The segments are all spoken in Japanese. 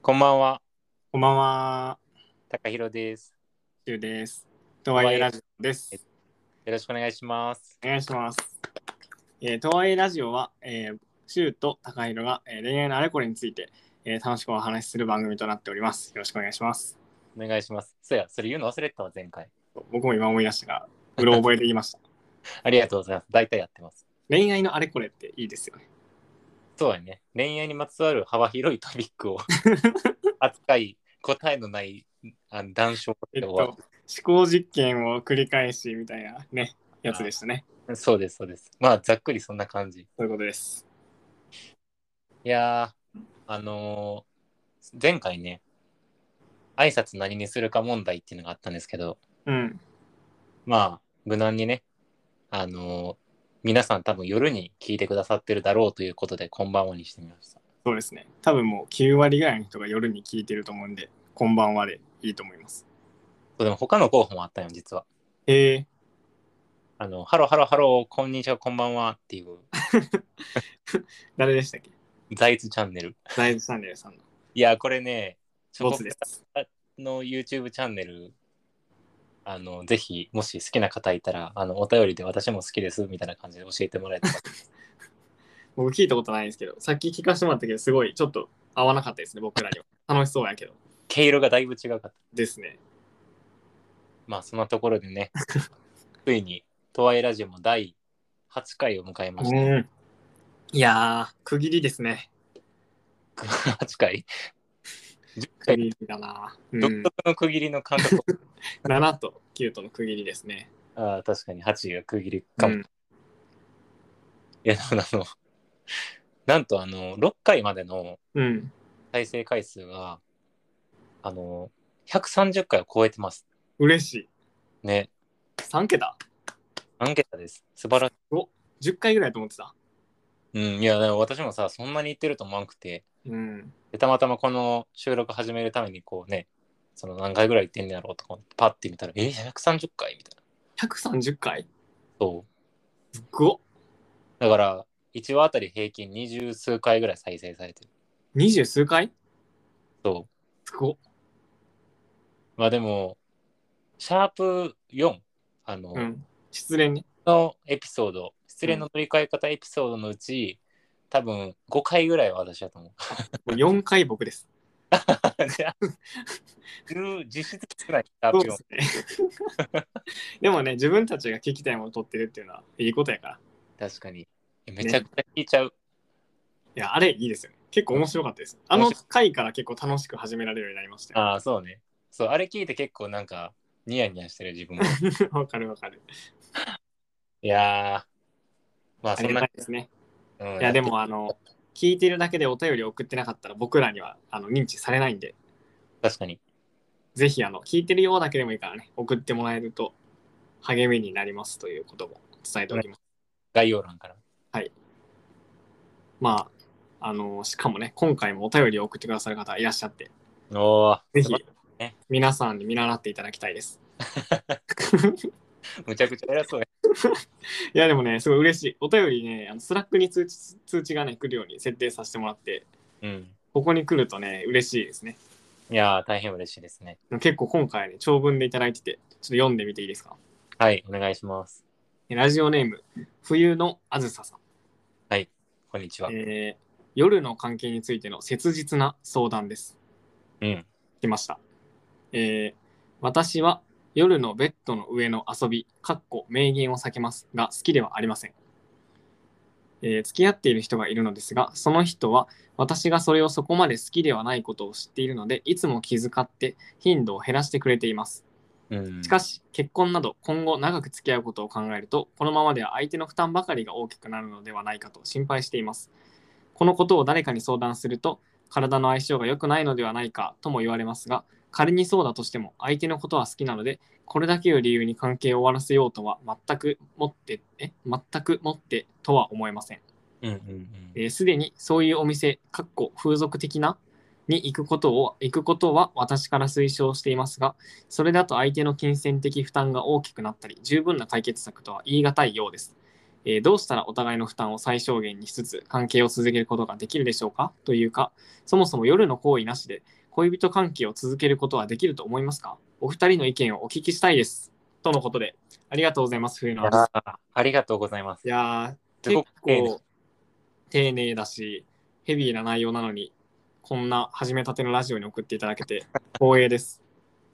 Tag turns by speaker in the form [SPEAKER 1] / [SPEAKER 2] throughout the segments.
[SPEAKER 1] こんばんは、
[SPEAKER 2] こんばんは、
[SPEAKER 1] たかひろです。
[SPEAKER 2] ゆうです。とはいえラジオです。
[SPEAKER 1] よろしくお願いします。
[SPEAKER 2] お願いします。えー、とはいえラジオは、えー、シュウと高弘が、えー、恋愛のあれこれについて、えー、楽しくお話しする番組となっております。よろしくお願いします。
[SPEAKER 1] お願いします。そうや、それ言うの忘れてたわ、前回。
[SPEAKER 2] 僕も今思い出したが、うろ覚えで言いました。
[SPEAKER 1] ありがとうございます。大体やってます。
[SPEAKER 2] 恋愛のあれこれっていいですよね。
[SPEAKER 1] そうやね。恋愛にまつわる幅広いトピックを扱い、答えのないあの談笑
[SPEAKER 2] えっ
[SPEAKER 1] で
[SPEAKER 2] と、
[SPEAKER 1] 終わ
[SPEAKER 2] 思考実験を繰り返しみたいなね、やつでしたね。
[SPEAKER 1] る。そうです、そうです。まあ、ざっくりそんな感じ。
[SPEAKER 2] そういうことです。
[SPEAKER 1] いやー、あのー前回ね、挨拶何にするか問題っていうのがあったんですけど、
[SPEAKER 2] うん。
[SPEAKER 1] まあ、無難にね、あのー皆さん多分夜に聞いてくださってるだろうということで、こんばんはにしてみました。
[SPEAKER 2] そうですね。多分もう9割ぐらいの人が夜に聞いてると思うんで、こんばんはでいいと思います。
[SPEAKER 1] そうでも他の候補もあったよ、実は。
[SPEAKER 2] えー、
[SPEAKER 1] あの、ハローハローハロー、こんにちは、こんばんはっていう、
[SPEAKER 2] 誰でしたっけ
[SPEAKER 1] 財津チャンネル。
[SPEAKER 2] ライズチャンネルさんの
[SPEAKER 1] いや、これね、チョ
[SPEAKER 2] ボ
[SPEAKER 1] コ
[SPEAKER 2] ツ
[SPEAKER 1] プ
[SPEAKER 2] です。
[SPEAKER 1] ラの YouTube チャンネル、あの、ぜひ、もし好きな方いたら、あの、お便りで私も好きです、みたいな感じで教えてもらえた ら。
[SPEAKER 2] 僕聞いたことないんですけど、さっき聞かせてもらったけど、すごいちょっと合わなかったですね、僕らには。楽しそうやけど。
[SPEAKER 1] 毛色がだいぶ違かった。
[SPEAKER 2] ですね。
[SPEAKER 1] まあ、そんなところで ね、ついに、トワイラジオも第8回を迎えました。
[SPEAKER 2] ん。いやー、区切りですね。
[SPEAKER 1] 8回
[SPEAKER 2] 区切りだな。う
[SPEAKER 1] 独
[SPEAKER 2] ん、
[SPEAKER 1] 特の区切りの感覚。
[SPEAKER 2] 7と9との区切りですね。
[SPEAKER 1] ああ、確かに8が区切り
[SPEAKER 2] う
[SPEAKER 1] かも。
[SPEAKER 2] ん。
[SPEAKER 1] いや、でもあの、なんとあの、6回までの
[SPEAKER 2] うん。
[SPEAKER 1] 再生回数が、あの、130回を超えてます。
[SPEAKER 2] 嬉しい。
[SPEAKER 1] ね、
[SPEAKER 2] 3桁
[SPEAKER 1] アンケートです。素晴らし
[SPEAKER 2] ?10 回ぐらいと思ってた。
[SPEAKER 1] い。うん、いや、だから私もさ、そんなに言ってると思わなくて、
[SPEAKER 2] うん。
[SPEAKER 1] でたまたまこの収録始めるために、こうね、その何回ぐらい言ってんねやろうとか、パッて見たら、え、130回みたいな。
[SPEAKER 2] 130回
[SPEAKER 1] そう。
[SPEAKER 2] すっごっ
[SPEAKER 1] だから、1話あたり平均二十数回ぐらい再生されてる。
[SPEAKER 2] 20数回
[SPEAKER 1] そ
[SPEAKER 2] すごっ
[SPEAKER 1] う。まあでも、シャープ4、あの、
[SPEAKER 2] うん。失恋ね。
[SPEAKER 1] のエピソード失恋の乗り換え方エピソードのうち、多分5回ぐらいは私だと思う。
[SPEAKER 2] もう4回僕です。
[SPEAKER 1] じゃあ10実質少ない
[SPEAKER 2] そ
[SPEAKER 1] 多
[SPEAKER 2] うで
[SPEAKER 1] 分
[SPEAKER 2] すね。 でもね、自分たちが聞きたいものを取ってるっていうのはいいことやから。
[SPEAKER 1] 確かに。めちゃくちゃ聞いちゃう。
[SPEAKER 2] いや、あれいいですよね。結構面白かったです。あの回から結構楽しく始められるようになりましたよ。
[SPEAKER 1] ああ、そうね。そう、あれ聞いて結構なんかニヤニヤしてる自分 も。
[SPEAKER 2] わかるわかる。
[SPEAKER 1] いやー、まあ
[SPEAKER 2] あ
[SPEAKER 1] そ
[SPEAKER 2] り
[SPEAKER 1] ん
[SPEAKER 2] が
[SPEAKER 1] な
[SPEAKER 2] た。
[SPEAKER 1] い
[SPEAKER 2] ですね。
[SPEAKER 1] うん
[SPEAKER 2] いや、でもあの、聞いてるだけでお便り送ってなかったら僕らにはあの認知されないんで、
[SPEAKER 1] 確かに。
[SPEAKER 2] ぜひあの、聞いてるようだけでもいいからね、送ってもらえると励みになりますということも伝えておきます。
[SPEAKER 1] 概要欄から。
[SPEAKER 2] まあ、あの、しかもね、今回もお便りを送ってくださる方いらっしゃって、
[SPEAKER 1] おー
[SPEAKER 2] ぜひ
[SPEAKER 1] ね
[SPEAKER 2] 皆さんに見習っていただきたいです。
[SPEAKER 1] むちゃくちゃ偉そうや。
[SPEAKER 2] いやでもね、すごい嬉しい。お便りね、あのスラックに通知通知がね、来るように設定させてもらって、
[SPEAKER 1] うん。
[SPEAKER 2] ここに来るとね、嬉しいですね。
[SPEAKER 1] いやー、大変嬉しいですね。
[SPEAKER 2] 結構今回ね、長文でいただいてて、ちょっと読んでみていいですか。
[SPEAKER 1] はい、お願いします。
[SPEAKER 2] ラジオネーム、冬のあずささん。
[SPEAKER 1] こんにちは。
[SPEAKER 2] えー夜の関係についての切実な相談です。
[SPEAKER 1] うん。
[SPEAKER 2] 来ました。えー私は夜のベッドの上の遊び、かっこ名言を避けますが好きではありません。えー付き合っている人がいるのですが、その人は私がそれをそこまで好きではないことを知っているので、いつも気遣って頻度を減らしてくれています。
[SPEAKER 1] うん
[SPEAKER 2] し、かし、結婚など今後長く付き合うことを考えると、このままでは相手の負担ばかりが大きくなるのではないかと心配しています。このことを誰かに相談すると、体の相性が良くないのではないかとも言われますが、仮にそうだとしても相手のことは好きなので、これだけを理由に関係を終わらせようとは全くもって、え全くもってとは思えません。
[SPEAKER 1] うんうんうん
[SPEAKER 2] え。ーすでにそういうお店、かっこ風俗的なに行くことを、行くことは私から推奨していますが、それだと相手の金銭的負担が大きくなったり、十分な解決策とは言い難いようです。えーどうしたらお互いの負担を最小限にしつつ関係を続けることができるでしょうかというかそもそも夜の行為なしで恋人関係を続けることはできると思いますかお二人の意見をお聞きしたいですとのことでありがとうございます冬野さん
[SPEAKER 1] あありがとうございます
[SPEAKER 2] い。やー
[SPEAKER 1] すご
[SPEAKER 2] 結
[SPEAKER 1] く丁寧
[SPEAKER 2] 構丁寧だしヘビーな内容なのにこんな始めたてのラジオに送っていただけて光栄です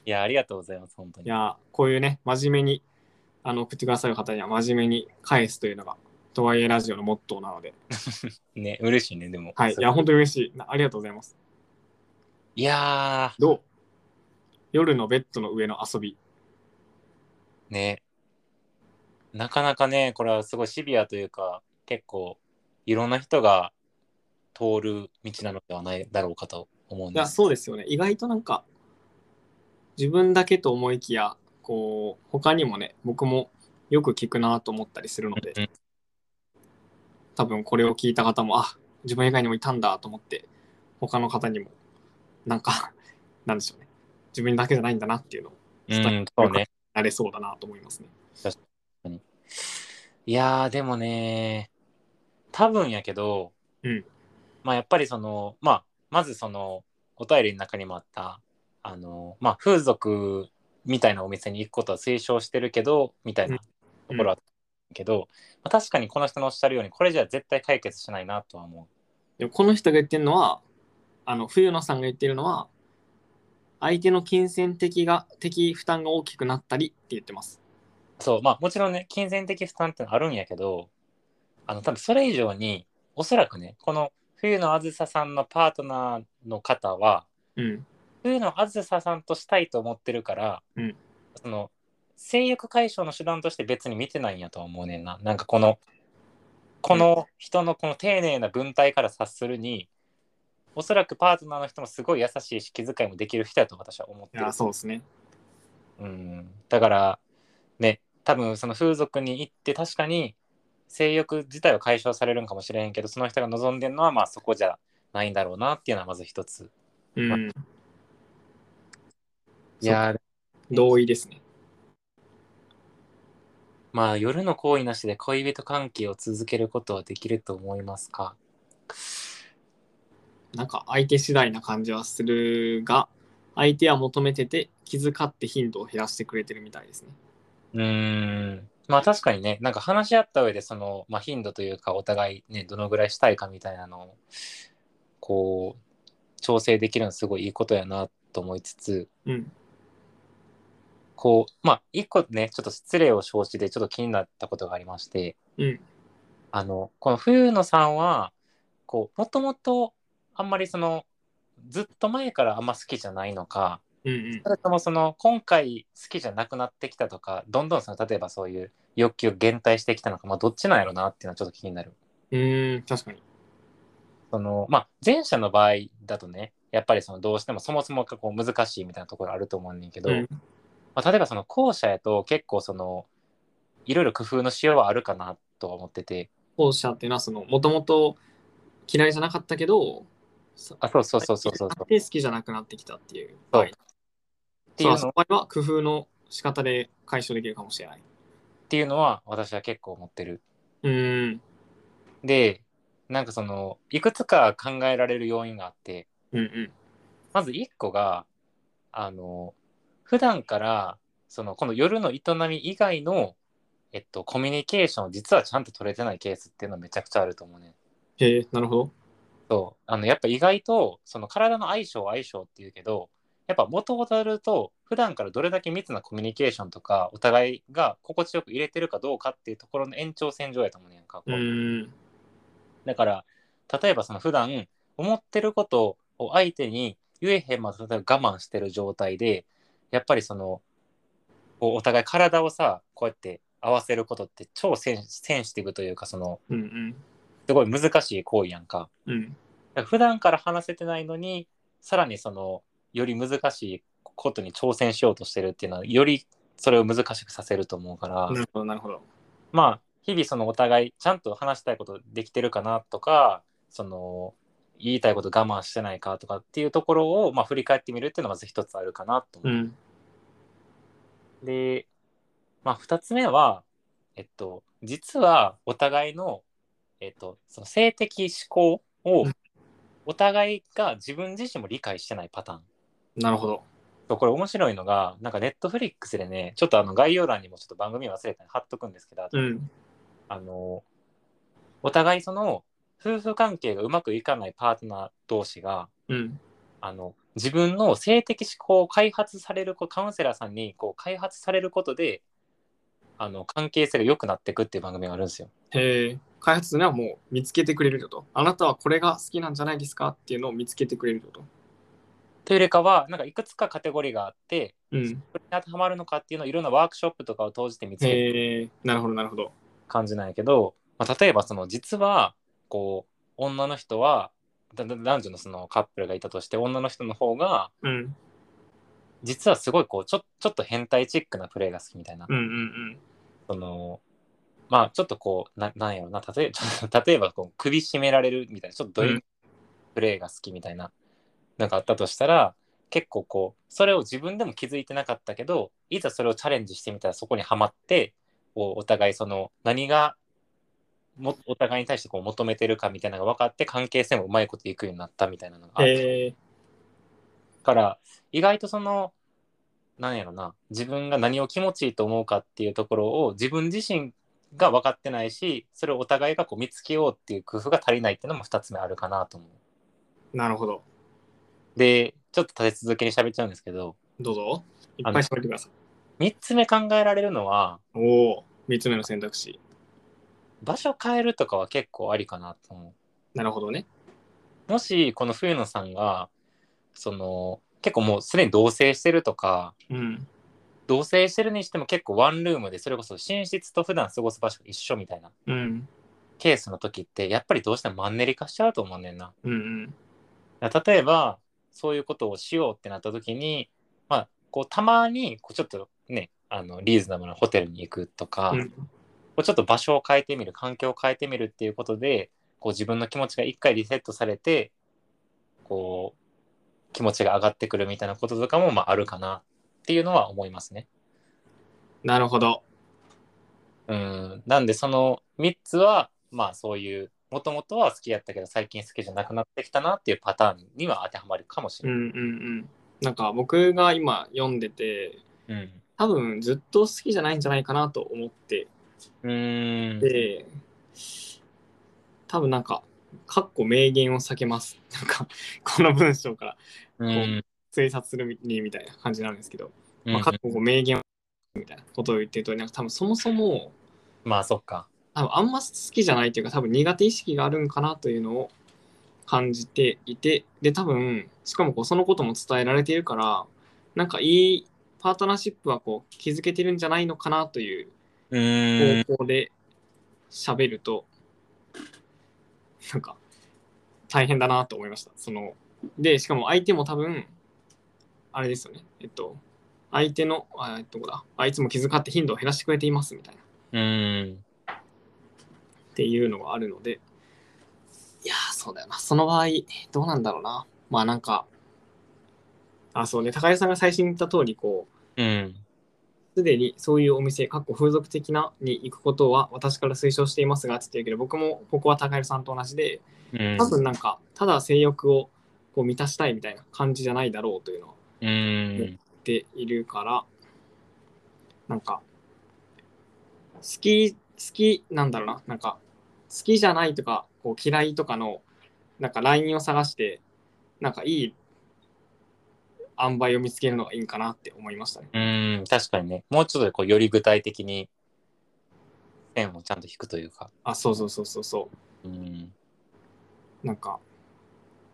[SPEAKER 1] いや、ありがとうございます、本当
[SPEAKER 2] い
[SPEAKER 1] に。
[SPEAKER 2] やーこういうね真面目にあの送ってくださる方には真面目に返すというのがとはいえラジオのモットーなので
[SPEAKER 1] ね、嬉しいね、でも。
[SPEAKER 2] はいい
[SPEAKER 1] それ
[SPEAKER 2] や本当に嬉しいなありがとうございます
[SPEAKER 1] いや
[SPEAKER 2] どう夜のベッドの上の遊び
[SPEAKER 1] ー、ね。なかなかね、これはすごいシビアというか、結構、いろんな人が通る道なのではないだろうかと思うん
[SPEAKER 2] い
[SPEAKER 1] で
[SPEAKER 2] や
[SPEAKER 1] す。
[SPEAKER 2] そうですよね意外となんか自分だけと思いきやこう他にもね僕もよく聞くなと思ったりするので
[SPEAKER 1] うん
[SPEAKER 2] 多分これを聞いた方もあ自分以外にもいたんだと思って他の方にもなんか なんでしょうね自分だけじゃないんだなっていうのを
[SPEAKER 1] うん、そうね。
[SPEAKER 2] なれそうだなと思いますね
[SPEAKER 1] いやー、でもね、多分やけど、
[SPEAKER 2] うん
[SPEAKER 1] まあやっぱりその、まあ、まずその、お便りの中にもあった、あの、まあ、風俗みたいなお店に行くことは推奨してるけど、みたいなところはあったけど、まあ、確かにこの人のおっしゃるように、これじゃ絶対解決しないなとは思
[SPEAKER 2] でもこの人が言ってるのはあの冬野さんが言ってるのは相手の金銭的が的負担が大きくなったりって言ってます
[SPEAKER 1] う。そう、まあ、もちろんね、金銭的負担ってのあるんやけど、あの、多分それ以上に、おそらくね、この冬のあずささんのパートナーの方は、
[SPEAKER 2] うん
[SPEAKER 1] そういうのをあずささんとしたいと思ってるから、
[SPEAKER 2] うん
[SPEAKER 1] その性欲解消の手段として別に見てないんやとは思うねんな。なんかこのこの人のこの丁寧な文体から察するに、おそらくパートナーの人もすごい優しいし気遣いもできる人だと私は思っ
[SPEAKER 2] い
[SPEAKER 1] てる
[SPEAKER 2] や。そうですね
[SPEAKER 1] うん、だからね多分その風俗に行って確かに性欲自体は解消されるんかもしれへんけどその人が望んでるのはまあそこじゃないんだろうなっていうのはまず一つ。
[SPEAKER 2] うん
[SPEAKER 1] いやー
[SPEAKER 2] 同意ですね
[SPEAKER 1] まあ夜の行為なしで恋人関係を続けることはできると思いますか
[SPEAKER 2] なんか相手次第な感じはするが相手は求めてて気遣って頻度を減らしてくれてるみたいですね
[SPEAKER 1] うーんまあ確かにねなんか話し合った上でその、まあ、頻度というかお互いねどのぐらいしたいかみたいなのをこう調整できるのすごいいいことやなと思いつつ
[SPEAKER 2] うん
[SPEAKER 1] こうまあ一個ねちょっと失礼を承知でちょっと気になったことがありまして
[SPEAKER 2] うん
[SPEAKER 1] あのこの冬野さんはこうもともとあんまりそのずっと前からあんま好きじゃないのか、
[SPEAKER 2] うんうん
[SPEAKER 1] それともその今回好きじゃなくなってきたとかどんどんその例えばそういう欲求を減退してきたのか、まあ、どっちなんやろうなっていうのはちょっと気になる
[SPEAKER 2] うーん確かに
[SPEAKER 1] その、まあ、前者の場合だとねやっぱりそのどうしてもそもそもがこう難しいみたいなところあると思うねんだけど、
[SPEAKER 2] うん
[SPEAKER 1] まあ、例えばその後者やと結構そのいろいろ工夫のしようはあるかなとは思ってて
[SPEAKER 2] 後者っていうのはそのもともと嫌いじゃなかったけどそ
[SPEAKER 1] あそうそうそうそうそうそう
[SPEAKER 2] で好きじゃなくなってきたっていう
[SPEAKER 1] そう
[SPEAKER 2] 場合
[SPEAKER 1] っていう
[SPEAKER 2] そ
[SPEAKER 1] の
[SPEAKER 2] の場合は工夫の仕方で解消できるかもしれない
[SPEAKER 1] っていうのは私は結構思ってる
[SPEAKER 2] うーん
[SPEAKER 1] でなんかそのいくつか考えられる要因があって
[SPEAKER 2] うんうん
[SPEAKER 1] まず1個があの普段からそのこの夜の営み以外の、えっと、コミュニケーションを実はちゃんと取れてないケースっていうのはめちゃくちゃあると思うね。
[SPEAKER 2] へえなるほど
[SPEAKER 1] そうあのやっぱ意外とその体の相性相性っていうけどやっぱ元をたると普段からどれだけ密なコミュニケーションとかお互いが心地よく入れてるかどうかっていうところの延長線上やと思うねんか。こ
[SPEAKER 2] うーん
[SPEAKER 1] だから例えばその普段思ってることを相手に言えへんまで例えば我慢してる状態でやっぱりそのこうお互い体をさこうやって合わせることって超センセンシティブというかその
[SPEAKER 2] うんうん
[SPEAKER 1] すごい難しい行為やんか
[SPEAKER 2] うん
[SPEAKER 1] だから普段から話せてないのにさらにそのより難しいことに挑戦しようとしてるっていうのはよりそれを難しくさせると思うから、
[SPEAKER 2] なるほどなるほど
[SPEAKER 1] まあ日々そのお互いちゃんと話したいことできてるかなとかその言いたいこと我慢してないかとかっていうところを、まあ、振り返ってみるっていうのはまず一つあるかなと
[SPEAKER 2] う
[SPEAKER 1] 思う。
[SPEAKER 2] ん
[SPEAKER 1] で、まあ、二つ目は、えっと、実はお互いの,、えっとその性的思考を
[SPEAKER 2] うん
[SPEAKER 1] お互いが自分自身も理解してないパターン。
[SPEAKER 2] なるほど。
[SPEAKER 1] そうこれ面白いのが、なんかネットフリックスでね、ちょっとあの概要欄にもちょっと番組忘れたんで貼っとくんですけど、
[SPEAKER 2] うん。
[SPEAKER 1] あの、お互いその夫婦関係がうまくいかないパートナー同士が、
[SPEAKER 2] うん。
[SPEAKER 1] あの、自分の性的思考を開発されるこう、カウンセラーさんにこう開発されることで、あの、関係性が良くなっていくっていう番組があるんですよ。
[SPEAKER 2] へえ。開発にはもう見つけてくれるってこと。あなたはこれが好きなんじゃないですかっていうのを見つけてくれるってこと。
[SPEAKER 1] というよりかは、なんかいくつかカテゴリーがあって、
[SPEAKER 2] うん。
[SPEAKER 1] これに当てはまるのかっていうのをいろんなワークショップとかを通じて見つけて
[SPEAKER 2] へえ。なるほど、なるほど。
[SPEAKER 1] 感じなんやけど、まあ、例えばその実はこう女の人はだだ男女のそのカップルがいたとして女の人の方が
[SPEAKER 2] うん。
[SPEAKER 1] 実はすごいこうちょちょっと変態チックなプレーが好きみたいな、
[SPEAKER 2] うんうんうん。
[SPEAKER 1] そのまあちょっとこうななんやろな例えち ょっと例えばこう首絞められるみたいなちょっとどういううプレーが好きみたいななんかあったとしたら結構こうそれを自分でも気づいてなかったけどいざそれをチャレンジしてみたらそこにはまってこうお互いその何がもお互いに対してこう求めてるかみたいなのが分かって関係性もうまいこといくようになったみたいなのがあって
[SPEAKER 2] へえ。
[SPEAKER 1] から意外とそのなんやろな自分が何を気持ちいいと思うかっていうところを自分自身が分かってないしそれをお互いがこう見つけようっていう工夫が足りないっていうのも2つ目あるかなと思う。
[SPEAKER 2] なるほど。
[SPEAKER 1] でちょっと立て続けに喋っちゃうんですけど
[SPEAKER 2] どうぞ。いっぱい喋ってください。
[SPEAKER 1] 3つ目考えられるのは
[SPEAKER 2] おお。3つ目の選択肢。
[SPEAKER 1] 場所変えるとかは結構ありかなと思
[SPEAKER 2] なるほどね。
[SPEAKER 1] う。もしこの冬野さんがその結構もうすでに同棲してるとか
[SPEAKER 2] うん。
[SPEAKER 1] 同棲してるにしても結構ワンルームでそれこそ寝室と普段過ごす場所が一緒みたいな
[SPEAKER 2] うん。
[SPEAKER 1] ケースの時ってやっぱりどうしてもマンネリ化しちゃうと思うねんな。
[SPEAKER 2] うんうん。
[SPEAKER 1] だから例えばそういうことをしようってなった時にまあこうたまにこうちょっとねあのリーズナブルなホテルに行くとか、
[SPEAKER 2] うん
[SPEAKER 1] こうちょっと場所を変えてみる環境を変えてみるっていうことでこう自分の気持ちが一回リセットされてこう気持ちが上がってくるみたいなこととかもまああるかなっていうのは思いますね。
[SPEAKER 2] なるほど。
[SPEAKER 1] うんなんでその3つはまあそういうもともとは好きやったけど最近好きじゃなくなってきたなっていうパターンには当てはまるかもし
[SPEAKER 2] う
[SPEAKER 1] れ
[SPEAKER 2] ん
[SPEAKER 1] な
[SPEAKER 2] う
[SPEAKER 1] い。
[SPEAKER 2] んうん。なんか僕が今読んでて、
[SPEAKER 1] うん
[SPEAKER 2] 多分ずっと好きじゃないんじゃないかなと思って
[SPEAKER 1] うーん
[SPEAKER 2] て、多分なんか、かっこ名言を避けます。 なんか、この文章から
[SPEAKER 1] うん
[SPEAKER 2] 推察するにみたいな感じなんですけど、
[SPEAKER 1] うん
[SPEAKER 2] まあ、かっこ名言をみたいなことを言ってると、なんか多分そもそも、
[SPEAKER 1] まあそっか。
[SPEAKER 2] 多分あんま好きじゃないというか、多分苦手意識があるんかなというのを感じていて、で、多分、しかもこうそのことも伝えられているから、なんかいいパートナーシップはこう築けてるんじゃないのかなという
[SPEAKER 1] うーん
[SPEAKER 2] 方向で喋ると、なんか大変だなと思いました。そので、しかも相手も多分、あれですよね、えっと、相手の、あえっとどこだ、あいつも気遣って頻度を減らしてくれていますみたいな、
[SPEAKER 1] うん
[SPEAKER 2] っていうのがあるので、いやー、そうだよな。その場合、どうなんだろうな。まあなんか、あ、そうね、高井さんが最初に言った通り、こう、
[SPEAKER 1] うん
[SPEAKER 2] すでにそういうお店、かっこ風俗的なに行くことは私から推奨していますがって言ってるけど、僕もここは高井さんと同じで、
[SPEAKER 1] うん
[SPEAKER 2] 多分なんか、ただ性欲をこう満たしたいみたいな感じじゃないだろうというのを
[SPEAKER 1] うん
[SPEAKER 2] 言っているから、なんか、好き、好きなんだろうな、なんか、好きじゃないとか、こう嫌いとかの、なんかラインを探して、なんかいい塩梅を見つけるのがいいんかなって思いましたね。
[SPEAKER 1] うん確かにねもうちょっとこうより具体的に線をちゃんと引くというか。
[SPEAKER 2] あ、そうそうそうそうそう。
[SPEAKER 1] うん
[SPEAKER 2] なんか、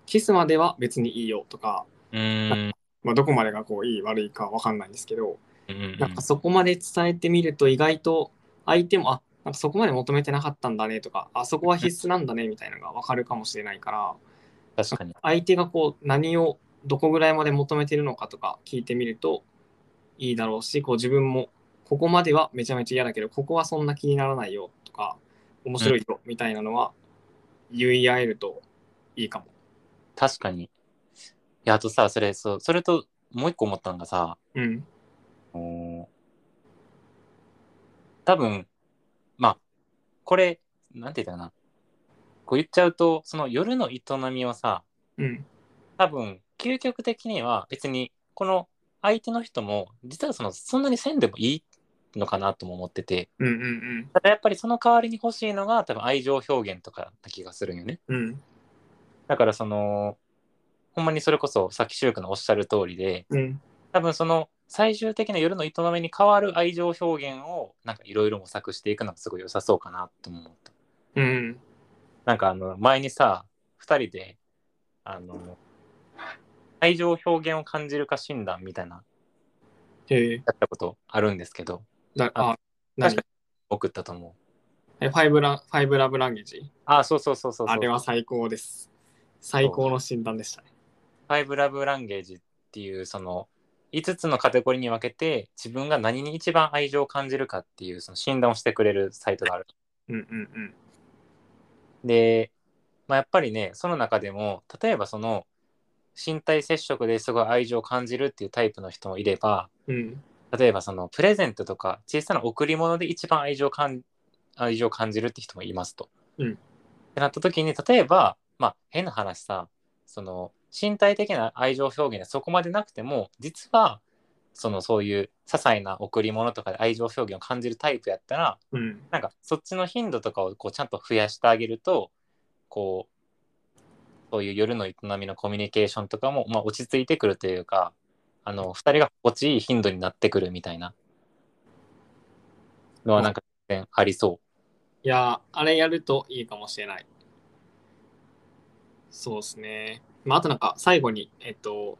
[SPEAKER 2] キスまでは別にいいよとか、
[SPEAKER 1] うん
[SPEAKER 2] まあ、どこまでがこういい悪いかわかんないんですけど、
[SPEAKER 1] うん
[SPEAKER 2] なんかそこまで伝えてみると意外と相手も、あ、なんかそこまで求めてなかったんだねとか、あそこは必須なんだねみたいなのがわかるかもしれないから、
[SPEAKER 1] 確かに。
[SPEAKER 2] 相手がこう何をどこぐらいまで求めてるのかとか聞いてみるといいだろうし、こう自分もここまではめちゃめちゃ嫌だけど、ここはそんな気にならないよとか、面白いよみたいなのは言い合えるといいかも。
[SPEAKER 1] 確かに。いや、あとさ、それ、そうそれと、もう一個思ったのがさ、
[SPEAKER 2] うん。
[SPEAKER 1] おー多分、まあ、これ、なんて言ったかな。こう言っちゃうと、その夜の営みをさ、
[SPEAKER 2] うん。
[SPEAKER 1] 多分、究極的には別に、この相手の人も、実はその、そんなにせんでもいいのかなとも思ってて、
[SPEAKER 2] うんうん
[SPEAKER 1] ただやっぱりその代わりに欲しいのが、多分愛情表現とかな気がするんよね。
[SPEAKER 2] うん。うん。
[SPEAKER 1] だからその、ほんまにそれこそ、さっき修君のおっしゃる通りで、
[SPEAKER 2] うん。
[SPEAKER 1] 多分その、最終的な夜の営みに変わる愛情表現を、なんかいろいろ模索していくのがすごい良さそうかなとも思った。
[SPEAKER 2] うん。
[SPEAKER 1] なんかあの前にさ2人であの愛情表現を感じるか診断みたいな
[SPEAKER 2] へえ。
[SPEAKER 1] やったことあるんですけど
[SPEAKER 2] だあ
[SPEAKER 1] あ、
[SPEAKER 2] 何
[SPEAKER 1] 確送ったと思
[SPEAKER 2] えファイブラ、ファイブラブランゲージ。
[SPEAKER 1] うあそうそうそうそうそう
[SPEAKER 2] あれは最高です。最高の診断でしたね。
[SPEAKER 1] 「ファイブラブランゲージ」っていうその5つのカテゴリーに分けて自分が何に一番愛情を感じるかっていうその診断をしてくれるサイトがある
[SPEAKER 2] うんうんうん。
[SPEAKER 1] で、まあ、やっぱりねその中でも例えばその身体接触ですごい愛情を感じるっていうタイプの人もいれば
[SPEAKER 2] うん。
[SPEAKER 1] 例えばそのプレゼントとか小さな贈り物で一番愛情を感愛情を感じるって人もいますと。
[SPEAKER 2] うん
[SPEAKER 1] ってなった時に例えば、まあ、変な話さその身体的な愛情表現でそこまでなくても実はそのそういう些細な贈り物とかで愛情表現を感じるタイプやったら
[SPEAKER 2] うん。
[SPEAKER 1] なんかそっちの頻度とかをこうちゃんと増やしてあげるとこうそういう夜の営みのコミュニケーションとかも、まあ、落ち着いてくるというかあの2人が心地いい頻度になってくるみたいなのはなんか全然ありそ
[SPEAKER 2] いやー、あれやるといいかもしれない。そうですね。まあ、あとなんか最後に、えっと、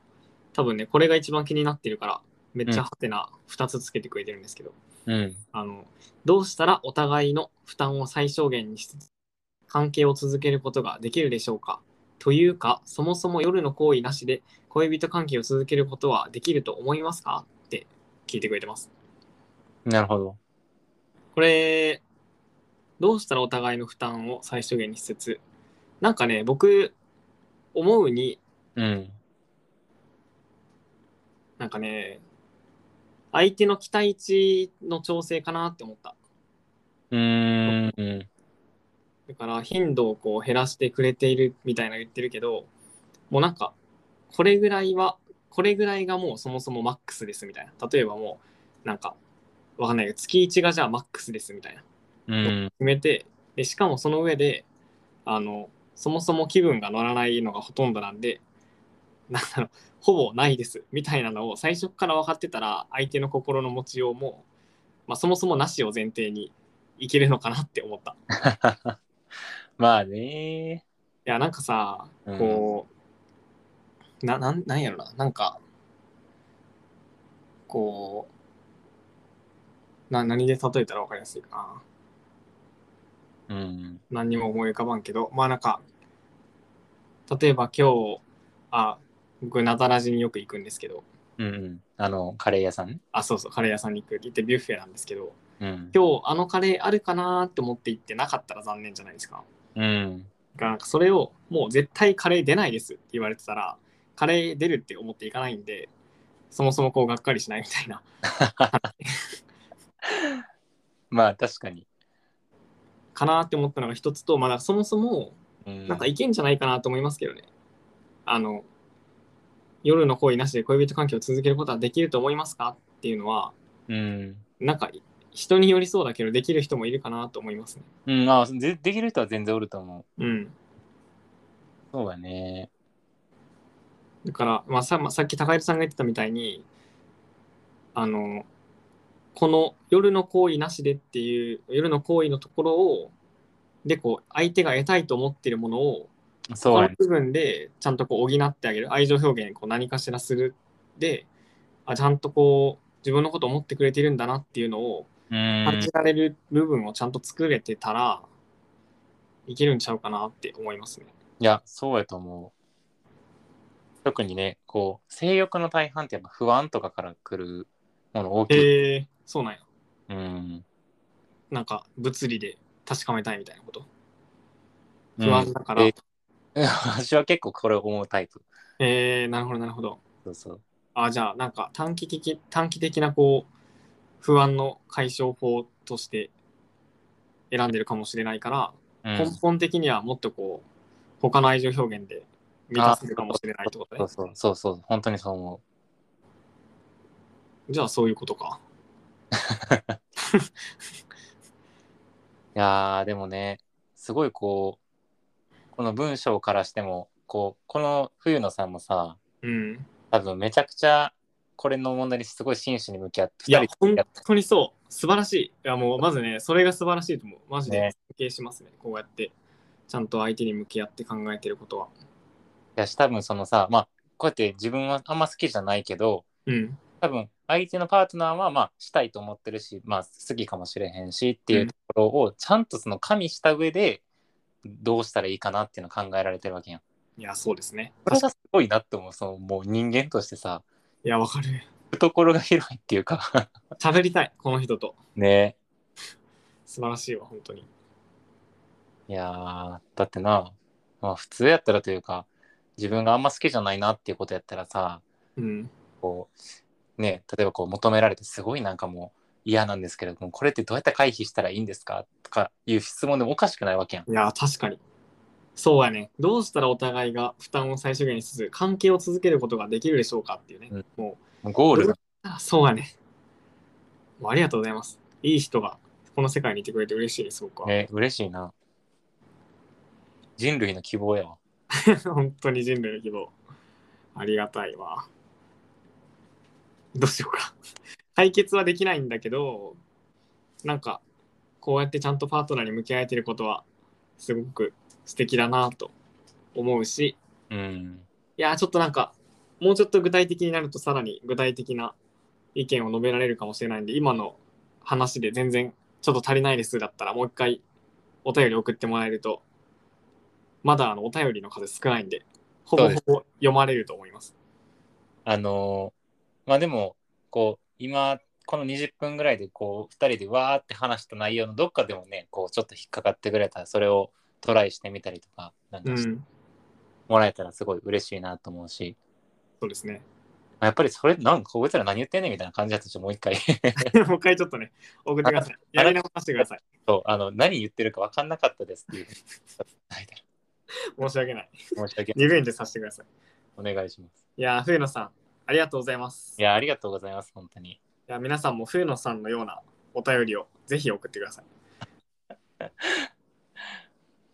[SPEAKER 2] 多分ね、これが一番気になってるから、めっち
[SPEAKER 1] う
[SPEAKER 2] ゃ
[SPEAKER 1] ん
[SPEAKER 2] ハテナ2つつけてくれてるんですけど、
[SPEAKER 1] う。うん、
[SPEAKER 2] あの、どうしたらお互いの負担を最小限にしつつ、関係を続けることができるでしょうかというか、そもそも夜の行為なしで恋人関係を続けることはできると思いますかって聞いてくれてます。
[SPEAKER 1] なるほど。
[SPEAKER 2] これ、どうしたらお互いの負担を最小限にしつつ、なんかね、僕、思うに、
[SPEAKER 1] うん
[SPEAKER 2] なんかね、相手の期待値の調整かなって思った。
[SPEAKER 1] うーんうん
[SPEAKER 2] だから、頻度をこう減らしてくれているみたいな言ってるけど、もうなんか、これぐらいは、これぐらいがもうそもそもマックスですみたいな。例えばもう、なんか、わかんないけど、月1がじゃあマックスですみたいな。
[SPEAKER 1] うん
[SPEAKER 2] 決めてでしかもその上であのそもそも気分が乗らないのがほとんどなんでなんだろうほぼないですみたいなのを最初から分かってたら相手の心の持ちようも、まあ、そもそもなしを前提にいけるのかなって思ったい
[SPEAKER 1] まあね
[SPEAKER 2] やなんかさ
[SPEAKER 1] うん
[SPEAKER 2] こう、ななんなんやろななんかこうな何で例えたら分かりやすいかな
[SPEAKER 1] うん
[SPEAKER 2] 何にも思い浮かばんけどまあなんか例えば今日あ僕なだらじによく行くんですけど
[SPEAKER 1] うんうんあのカレー屋さんね
[SPEAKER 2] あそうそうカレー屋さんに行く行ってビュッフェなんですけど
[SPEAKER 1] うん
[SPEAKER 2] 今日あのカレーあるかなって思って行ってなかったら残念じゃないですか
[SPEAKER 1] うん
[SPEAKER 2] だからなんかそれをもう絶対カレー出ないですって言われてたらカレー出るって思っていかないんでそもそもこうがっかりしないみたいな
[SPEAKER 1] まあ確かに。
[SPEAKER 2] かなって思ったのが一つとまだそもそも
[SPEAKER 1] うん
[SPEAKER 2] なんかいけんじゃないかなと思いますけどね。あの、夜の行為なしで恋人関係を続けることはできると思いますかっていうのは、
[SPEAKER 1] うん
[SPEAKER 2] なんか人によりそうだけど、できる人もいるかなと思いますね。
[SPEAKER 1] うん、まあで、できる人は全然おると思
[SPEAKER 2] うん。
[SPEAKER 1] う。そうだね。
[SPEAKER 2] だから、まあさまあ、さっき高井さんが言ってたみたいに、あの、この夜の行為なしでっていう、夜の行為のところを、で、こう、相手が得たいと思っているものを、
[SPEAKER 1] そう
[SPEAKER 2] こ
[SPEAKER 1] や
[SPEAKER 2] の
[SPEAKER 1] ね。
[SPEAKER 2] 部分でちゃんとこう補ってあげる愛情表現こう何かしらするであちゃんとこう自分のこと思ってくれてるんだなっていうのを
[SPEAKER 1] うん
[SPEAKER 2] 感じられる部分をちゃんと作れてたら、いけるんちゃうかなって思いますね。
[SPEAKER 1] いや、そうやと思う。特にね、こう、性欲の大半ってやっぱ不安とかから来るもの大きい。
[SPEAKER 2] へえそうなんや。
[SPEAKER 1] うん。
[SPEAKER 2] なんか物理で確かめたいみたいなこと。
[SPEAKER 1] うん
[SPEAKER 2] 不安だから。
[SPEAKER 1] え
[SPEAKER 2] へ
[SPEAKER 1] 私は結構これを思うタイプ。
[SPEAKER 2] えなるほどなるほど。
[SPEAKER 1] そうそう。
[SPEAKER 2] あじゃあなんか短期的短期的なこう不安の解消法として選んでるかもしれないから、
[SPEAKER 1] うん
[SPEAKER 2] 根本的にはもっとこう他の愛情表現で満たせるかもしれないってこと
[SPEAKER 1] そ
[SPEAKER 2] ね
[SPEAKER 1] うそうそうそう本当にそう思
[SPEAKER 2] じゃあそういうことか
[SPEAKER 1] ういやーでもねすごいこうこの文章からしてもこうこの冬野さんもさ
[SPEAKER 2] うん
[SPEAKER 1] 多分めちゃくちゃこれの問題にすごい真摯に向き合って
[SPEAKER 2] いや
[SPEAKER 1] 二人
[SPEAKER 2] 本
[SPEAKER 1] でやっ
[SPEAKER 2] 当にそう素晴らしいいやもうまずねそれが素晴らしいと思うマジで
[SPEAKER 1] ね
[SPEAKER 2] 尊敬しますねこうやってちゃんと相手に向き合って考えてることは
[SPEAKER 1] だし多分そのさまあこうやって自分はあんま好きじゃないけど
[SPEAKER 2] うん
[SPEAKER 1] 多分相手のパートナーはまあしたいと思ってるしまあ好きかもしれへんしっていうところをちゃんとその加味した上でどうしたらいいかなっていうのを考えられてるわけやん。
[SPEAKER 2] いやそうですね
[SPEAKER 1] それがすごいなって思うそのもう人間としてさ
[SPEAKER 2] いやわかる
[SPEAKER 1] 懐が広いっていうか
[SPEAKER 2] 喋りたいこの人と
[SPEAKER 1] ね
[SPEAKER 2] 素晴らしいわ本当に
[SPEAKER 1] いやーだってな、まあ、普通やったらというか自分があんま好きじゃないなっていうことやったらさ
[SPEAKER 2] うん
[SPEAKER 1] こうね例えばこう求められてすごいなんかもう嫌なんですけれどもこれってどうやって回避したらいいんですかとかいう質問でもおかしくないわけやん。
[SPEAKER 2] いや確かにそうやねどうしたらお互いが負担を最小限にしつつ関係を続けることができるでしょうかっていうね、
[SPEAKER 1] うん
[SPEAKER 2] もう
[SPEAKER 1] もうゴールが
[SPEAKER 2] あそうやね。もうありがとうございます。いい人がこの世界にいてくれて嬉しいです、僕は。
[SPEAKER 1] ね嬉しいな。人類の希望やわ。
[SPEAKER 2] 本当に人類の希望。ありがたいわ。どうしようか。解決はできないんだけど、なんか、こうやってちゃんとパートナーに向き合えてることは、すごく素敵だなと思うし、
[SPEAKER 1] うん。
[SPEAKER 2] いやー、ちょっとなんか、もうちょっと具体的になると、さらに具体的な意見を述べられるかもしれないんで、今の話で全然ちょっと足りないですだったら、もう一回お便り送ってもらえると、まだあのお便りの数少ないんで、ほぼほぼ読まれると思います。
[SPEAKER 1] あのーまあでもこう今この20分ぐらいでこう2人でわーって話した内容のどっかでもねこうちょっと引っかかってくれたらそれをトライしてみたりとかなん
[SPEAKER 2] う
[SPEAKER 1] かして
[SPEAKER 2] ん、
[SPEAKER 1] もらえたらすごい嬉しいなと思うし、
[SPEAKER 2] そうですね。
[SPEAKER 1] まあやっぱりそれなんかこいつら何言ってんねんみたいな感じだとちょっともう一回
[SPEAKER 2] もう一回ちょっとね、送ってください。やり直してください。
[SPEAKER 1] そうあの何言ってるか分かんなかったですっていう
[SPEAKER 2] 申し訳ない。
[SPEAKER 1] 申し訳ない
[SPEAKER 2] リベンジさせてください。
[SPEAKER 1] お願いします
[SPEAKER 2] いやー、冬野さん、ありがとうございます。
[SPEAKER 1] いやありがとうございます本当に
[SPEAKER 2] いや皆さんも冬野さんのようなお便りをぜひ送ってください。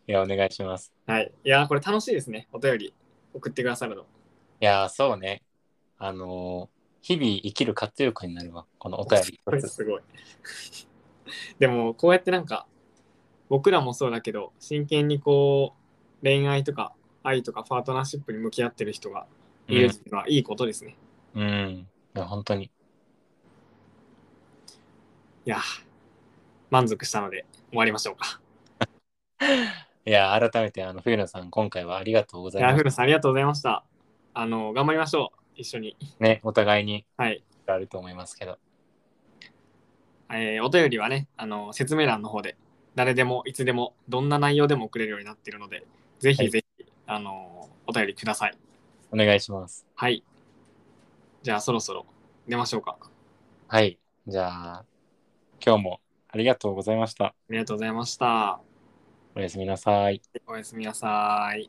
[SPEAKER 1] いやお願いします
[SPEAKER 2] はい。いやー、これ楽しいですね。お便り送ってくださるの。
[SPEAKER 1] いやそうねあのー日々生きる活力になるわこのお便り
[SPEAKER 2] これすごい。 でも、こうやってなんか、僕らもそうだけど、真剣にこう、恋愛とか愛とかパートナーシップに向き合ってる人がいるっていうのはいいことですね。
[SPEAKER 1] うん、うん、いや本当に
[SPEAKER 2] いやー、満足したので終わりましょうか。
[SPEAKER 1] いや、改めて、あの、冬野さん、今回はありがとうござ
[SPEAKER 2] い
[SPEAKER 1] い
[SPEAKER 2] やー、
[SPEAKER 1] ま
[SPEAKER 2] ふ
[SPEAKER 1] す。
[SPEAKER 2] るさんありがとうございました。あの、頑張りましょう。一緒に。
[SPEAKER 1] ね、お互いに
[SPEAKER 2] はい。
[SPEAKER 1] あると思いますけど。
[SPEAKER 2] えーお便りはねあの説明欄の方で誰でもいつでもどんな内容でも送れるようになっているのでぜ
[SPEAKER 1] は
[SPEAKER 2] ひ
[SPEAKER 1] い
[SPEAKER 2] ぜひ、あのお便りください
[SPEAKER 1] お願いします。
[SPEAKER 2] はいじゃあそろそろ出ましょうかあ
[SPEAKER 1] はい。じゃあ、今日もありがとうございました。
[SPEAKER 2] りがとうございました
[SPEAKER 1] おやすみなさい。
[SPEAKER 2] おやすみなさい